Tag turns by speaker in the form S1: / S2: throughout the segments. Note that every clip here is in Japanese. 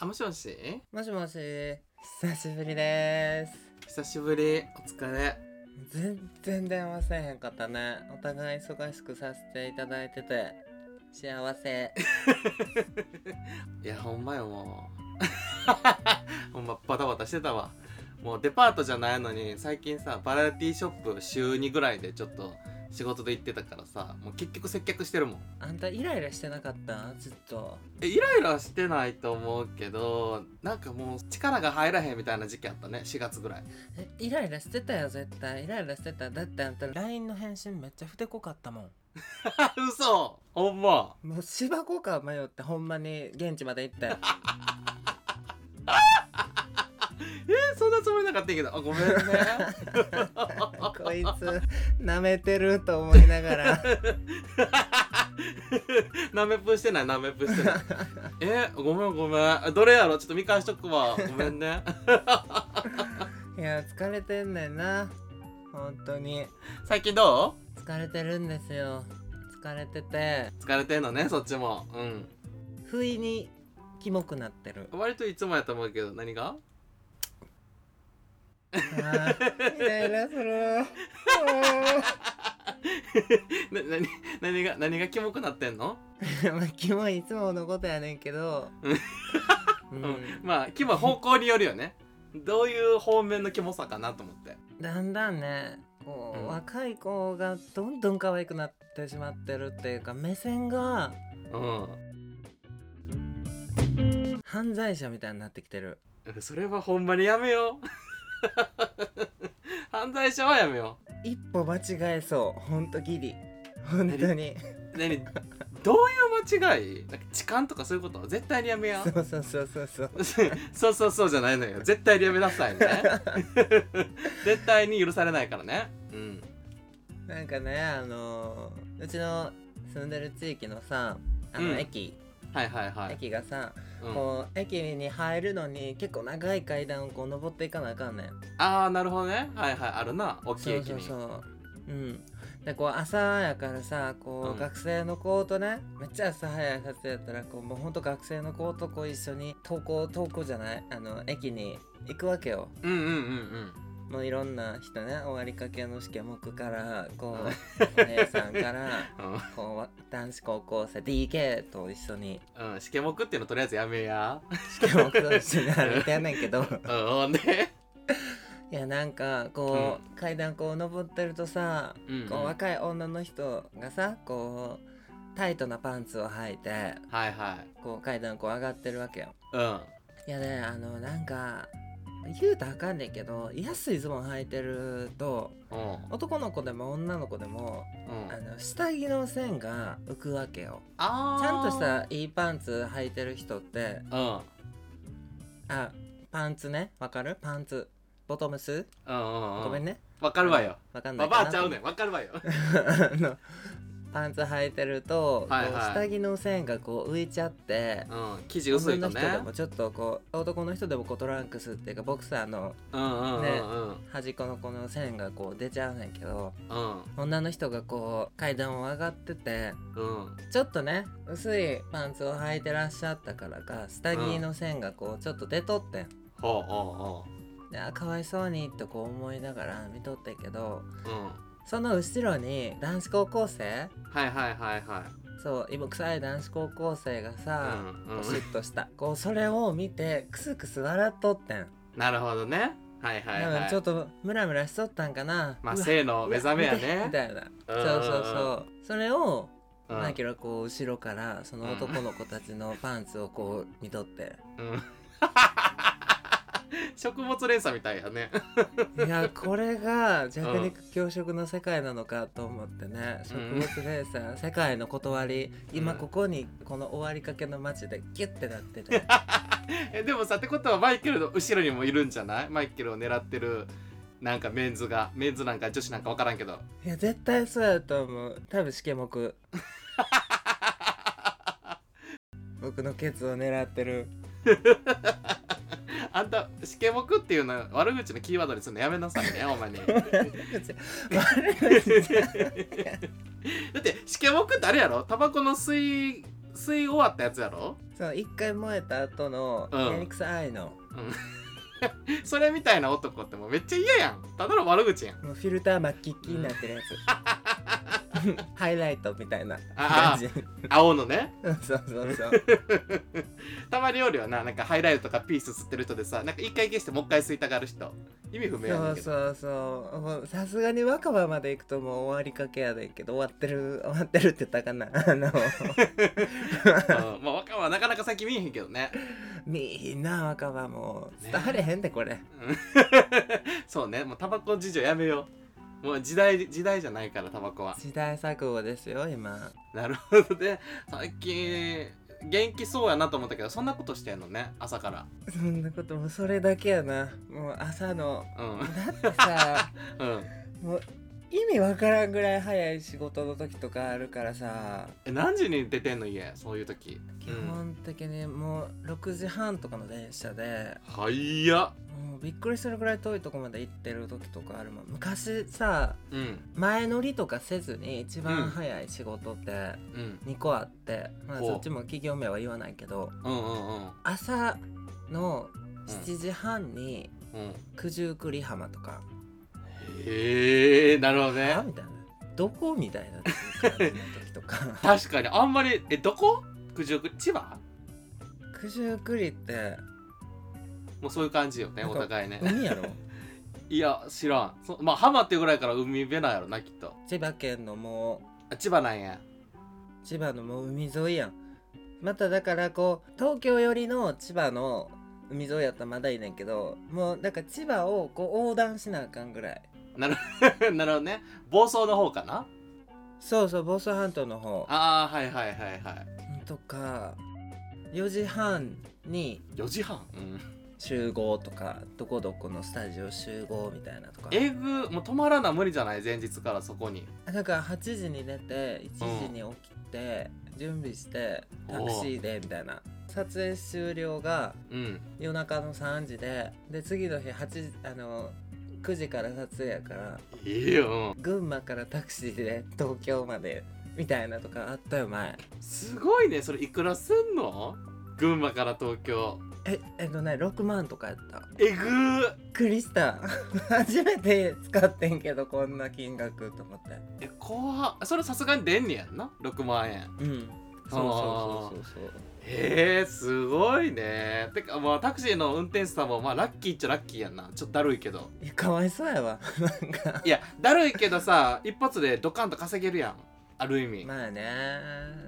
S1: あ、もしもし
S2: もしもし久しぶりです
S1: 久しぶり。お疲れ。
S2: 全然電話せえへんかったねお互い忙しくさせていただいてて幸せ
S1: いや、ほんまよ、もう。ほ んま、バタバタしてたわ。もうデパートじゃないのに、最近さ、バラエティショップ週2ぐらいでちょっと仕事で行ってたからさ、もう結局接客してるもん。
S2: あんたイライラしてなかったずっと
S1: えイライラしてないと思うけど、なんかもう力が入らへんみたいな時期あったね、4月ぐらい。
S2: えイライラしてたよ絶対イライラしてただってあんた LINE の返信めっちゃふてこかったもん
S1: 嘘ほんま。
S2: もう芝子か迷ってほんまに現地まで行ったよ
S1: えそんなつもりなかったけど、あ、ごめ んね。
S2: こいつ舐めてると思いながら
S1: なめぷしてないなめぷしてない えごめんごめんどれやろちょっと見返しとくわごめんね
S2: いや疲れてんねんな本当に
S1: 最近ど
S2: 疲れてるんですよ疲れてて
S1: う疲れてんのねそっちもうん
S2: 不意にキモくなってる
S1: 割といつもやと思うけど何が
S2: あーイライラするあ
S1: な何何が何がキモくなってんの、
S2: ー まあキモいいつものことやねんけどう
S1: うん
S2: ん、
S1: まあキモは方向によるよねどういう方面のキモさかなと思って
S2: だんだんねこう、
S1: うん
S2: 若い子がどんどん可愛くなってしまってるっていうか目線が
S1: う
S2: 犯罪者みたいになってきてる
S1: んそれはほんまにやめよう 犯罪者はやめよ
S2: 一歩間違えそうほんとギリ本当に
S1: う何どういう間違いなんか痴漢とかそういうこと絶対にやめよう
S2: そうそうそうそうそう
S1: そうそうそうじゃないのよ絶対にやめなさ いね絶対に許されないからねうん
S2: なんかねあのーうちの住んでる地域のさあ
S1: うん
S2: の駅、
S1: はいはいはい、
S2: 駅がさ、
S1: うん、あ
S2: こう駅に入るのに結構長い階段をこう登っていかなあかんねん
S1: あーなるほどねはいはいあるな大きい
S2: そう
S1: 駅
S2: そう
S1: に
S2: そううんでこう朝やからさこう、
S1: うん
S2: 学生の子とねめっちゃ朝早い撮影やったらこうもうほんと学生の子とこう一緒に登校登校じゃないあの駅に行くわけよ
S1: うんうんうん
S2: もういろんな人ね終わりかけの試験目からこ
S1: うん
S2: うお姉さ んから
S1: うん
S2: こうわ男子高校生 DK と一緒に
S1: うんうんしけもくっていうのとりあえずやめや
S2: 試験目と一緒に歩いてんねんけど
S1: うんほんで
S2: いやなんかこう、階段こう登ってるとさ
S1: うんうん
S2: こう若い女の人がさこうタイトなパンツを履いて
S1: はいはい
S2: こう階段こう上がってるわけよ。
S1: うん
S2: いやねあのなんか言うたらあかんねんけど安いズボン履いてると
S1: うん
S2: 男の子でも女の子でも
S1: うん
S2: あの下着の線が浮くわけよ。
S1: あー
S2: ちゃんとしたいいパンツ履いてる人って
S1: うん
S2: あパンツねわかるパンツボトムス、
S1: うんうんうん
S2: ごめんね
S1: わかるわよ
S2: わかんな
S1: ババ
S2: いかな
S1: アちゃうねんわかる わよ
S2: あのパンツ履いてると、
S1: はいはい
S2: こう下着の線がこう浮いちゃって
S1: うん生地薄いと
S2: 女の人で
S1: ね
S2: もちょっとこう男の人でもこうトランクスっていうかボクサーの
S1: うんうんうんうん、
S2: 端っこのこの線がこう出ちゃうねんけど
S1: うん
S2: 女の人がこう階段を上がってて
S1: うん
S2: ちょっとね薄いパンツを履いてらっしゃったからか下着の線がこうちょっと出とってん。
S1: ほうほ
S2: であかわいそうにってこう思いながら見とってんけど
S1: うほううん
S2: その後ろに男子高校生
S1: はいはいはいはい
S2: そう今臭い男子高校生がさ、
S1: うんう
S2: こうシュ
S1: ん、
S2: ッとしたこうそれを見てクスクス笑っとってん、
S1: なるほどねはいはい
S2: 多
S1: は
S2: 分
S1: い
S2: ちょっとムラムラしとったんかな
S1: まあ
S2: うわ
S1: 性の目覚めや
S2: うわ見てみ
S1: ね
S2: たいな
S1: う
S2: そ
S1: ん
S2: う
S1: うん
S2: そ
S1: うん
S2: うそうそれを
S1: う
S2: マイケルはこう後ろからその男の子たちのパンツをこう見 とって
S1: んうん食物連鎖みたいやね
S2: いやこれが弱肉強食の世界なのかと思ってね植
S1: うん
S2: 物連鎖世界の断り今
S1: うん
S2: ここにこの終わりかけの街でギュッてなってて
S1: えでもさってことはマイケルの後ろにもいるんじゃないマイケルを狙ってるなんかメンズがメンズなんか女子なんか分からんけど
S2: いや絶対そうやと思う多分試験 目僕のケツを狙ってる
S1: あんた試験目っていうのは悪口のキーワードにするのやめなさい ねほんまに だって試験目ってあれやろタバコの吸い吸い終わったやつやろ
S2: そう一回燃えた後の
S1: うん
S2: やりくさいの、
S1: それみたいな男ってもうめっちゃ嫌やんただの悪口やん
S2: もうフィルター真っキッキになってるやつ、 ハイライトみたいな
S1: あー
S2: 感じ
S1: 青のね
S2: うんそう そうそう
S1: たまにおるよななんかハイライトとかピース吸ってる人でさなんか一回消してもう一回吸いたがる人意味不明や
S2: そ
S1: ねん
S2: う
S1: けど
S2: そうそうもうさすがに若葉まで行くともう終わりかけやでけど終わってる終わってるって言ったかなあ の
S1: うんまあ若はなかなか先見えへんけどね
S2: みんな若葉も
S1: ね
S2: 伝われへんでこれ
S1: うんそうねもうタバコ事情やめようもう時代時代じゃないからタバコは
S2: 時代錯誤ですよ今
S1: なるほどね最近元気そうやなと思ったけどそんなことしてんのね朝から
S2: そんなこともうそれだけやなもう朝の
S1: うん
S2: だって さ
S1: うん
S2: もう意味わからんぐらい早い仕事の時とかあるからさ
S1: え何時に出てんの家そういう時
S2: 基本的にもう6時半とかの電車で
S1: はいや
S2: もうびっくりするぐらい遠いとこまで行ってる時とかあるもん昔さ
S1: うん
S2: 前乗りとかせずに一
S1: うん
S2: 番早い仕事って
S1: うん
S2: 2個あって、まあ
S1: ほう
S2: そっちも企業名は言わないけど
S1: うんうんうん
S2: 朝の7時半に
S1: うん
S2: 九十九里浜とか
S1: へえなるほど
S2: 「あ
S1: ね
S2: みたいな「どこ?」みた いな感じの時とか
S1: 確かにあんまりえどこ九十九里千葉
S2: 九十九里って
S1: もうそういう感じよね
S2: なん
S1: お
S2: か
S1: 互いね
S2: 海やろ
S1: いや知らんそまあ浜っていうぐらいから海辺なんやろなきっと
S2: 千葉県のもう
S1: あ千葉なんや
S2: 千葉のもう海沿いやんまただからこう東京寄りの千葉の海沿いやったらまだいいねんけどもうなんか千葉をこう横断しなあかんぐらい
S1: なるほどね房総の方かな
S2: そうそう房総半島の方
S1: ああはいはいはいはい
S2: とか4時半に
S1: 4時半、うん、
S2: 集合とかどこどこのスタジオ集合みたいなとか
S1: えぐもう止まらな無理じゃない前日からそこに
S2: なんか8時に寝て1時に起きて、準備してタクシーでみたいな撮影終了が
S1: うん
S2: 夜中の3時でで次の日8時あの9時から撮影やから
S1: いいよ、
S2: 群馬からタクシーで東京までみたいなとかあったよ前
S1: うん、すごいねそれいくらすんの群馬から東京
S2: ええっとね6万とかやったびっ
S1: えぐー
S2: くりした 初めて使ってんけどこんな金額と思って
S1: え怖っそれさすがに出んねやんな6万円
S2: うんそうそうそうそうそう
S1: へえすごいねてかまあタクシーの運転手さんもまあラッキーっちゃラッキーやんなちょっとだるいけど
S2: いやかわいそうやわなんか
S1: いやだるいけどさ一発でドカンと稼げるやんある意味、
S2: まあね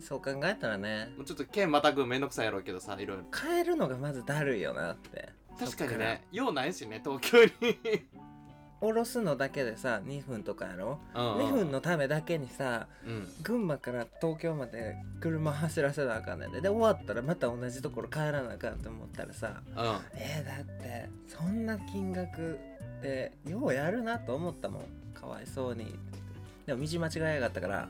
S2: そう考えたらね
S1: もうちょっと剣またぐんめんどくさいやろうけどさいろいろ
S2: 変えるのがまずだるいよなって
S1: 確か
S2: そ
S1: に
S2: っら
S1: ね用ないしね東京に
S2: 下ろすのだけでさ2分とかやろ
S1: うんうん
S2: 2分のためだけにさ
S1: うん
S2: 群馬から東京まで車走らせなあかんねんでで終わったらまた同じところ帰らなあかんと思ったらさ
S1: うん
S2: えー、だってそんな金額でようやるなと思ったもんかわいそうにでも道間違えやがったから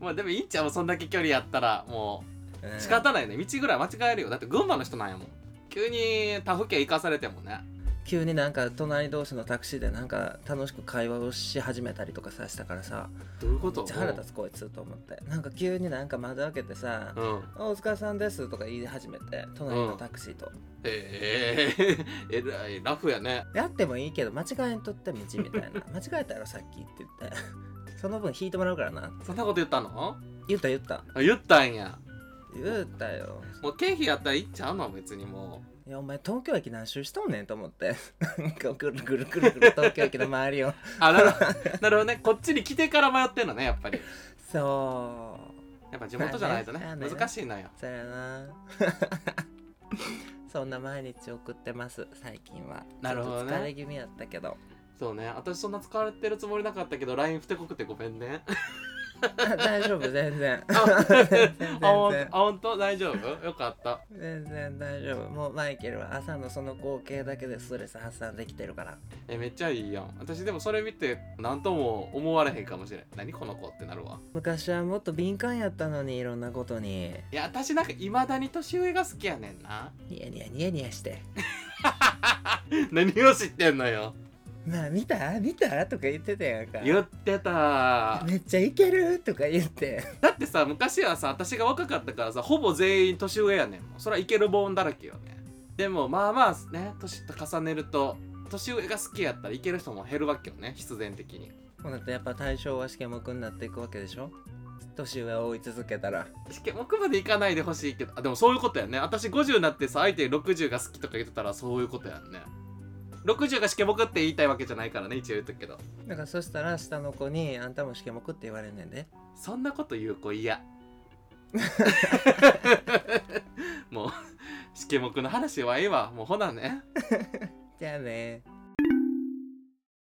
S1: まあでもいいんちゃうそんだけ距離やったらも
S2: う
S1: うん仕方ないね道ぐらい間違えるよだって群馬の人なんやもん急に他府県行かされてもね
S2: 急になんか隣同士のタクシーでなんか楽しく会話をし始めたりとかさしたからさ
S1: どういうこ
S2: め
S1: と
S2: っちゃ腹立つこいつと思ってなんか急になんか窓開けてさ
S1: うんうん
S2: 「あお疲れさんです」とか言い始めて隣のタクシーと、
S1: えー、えらいラフやね
S2: やってもいいけど間違えんとって道みたい な間違えたやろさっきって言って その分引いてもらうからな
S1: そんなこと言ったの
S2: 言った言った
S1: あ言ったんや
S2: 言ったよ
S1: もう経費やったらいいんちゃうの別にも
S2: いやお前東京駅何周しとんねんと思ってなんかぐるぐるぐるぐる東京駅の周りを
S1: うあなるほどなるほどねこっちに来てから迷ってんのねやっぱり
S2: そう
S1: やっぱ地元じゃないとね
S2: まあね
S1: 難しいのよ
S2: そやな そんな毎日送ってます最近は
S1: なるほどね
S2: ちょっと疲れ気味やったけど
S1: そうね私そんな使われてるつもりなかったけど LINE 不てこくてごめんね
S2: あ 大丈夫全然
S1: あ
S2: 全然
S1: あほん
S2: 全
S1: あほんと大丈夫よかった
S2: 然全然大丈夫もうマイケルは朝のその光景だけでストレス発散できてるから
S1: えめっちゃいいやん私でもそれ見て何とも思われへんかもしれん何この子ってなるわ
S2: 昔はもっと敏感やったのにいろんなことに
S1: いや私なんかいまだに年上が好きやねんな
S2: ニヤニヤニヤニヤして
S1: 何を知ってんのよ
S2: まあ見た見たとか言ってたやんか
S1: 言ってた
S2: めっちゃいけるとか言って
S1: だってさ昔はさ私が若かったからさほぼ全員年上やねんもうそれはいけるボーンだらけよねでもまあまあね年と重ねると年上が好きやったらいける人も減るわけよね必然的に
S2: こうなってやっぱ対象は試験目になっていくわけでしょ年上を追い続けたら
S1: 試 験目までいかないでほしいけどあでもそういうことやね私50になってさ相手60が好きとか言ってたらそういうことやんね60が試験目って言いたいわけじゃないからね一応言っとくけど
S2: だからそしたら下の子に「あんたも試験目」って言われんねんで
S1: そんなこと言う子嫌もう試験目の話はいいわもうほなね
S2: じゃあね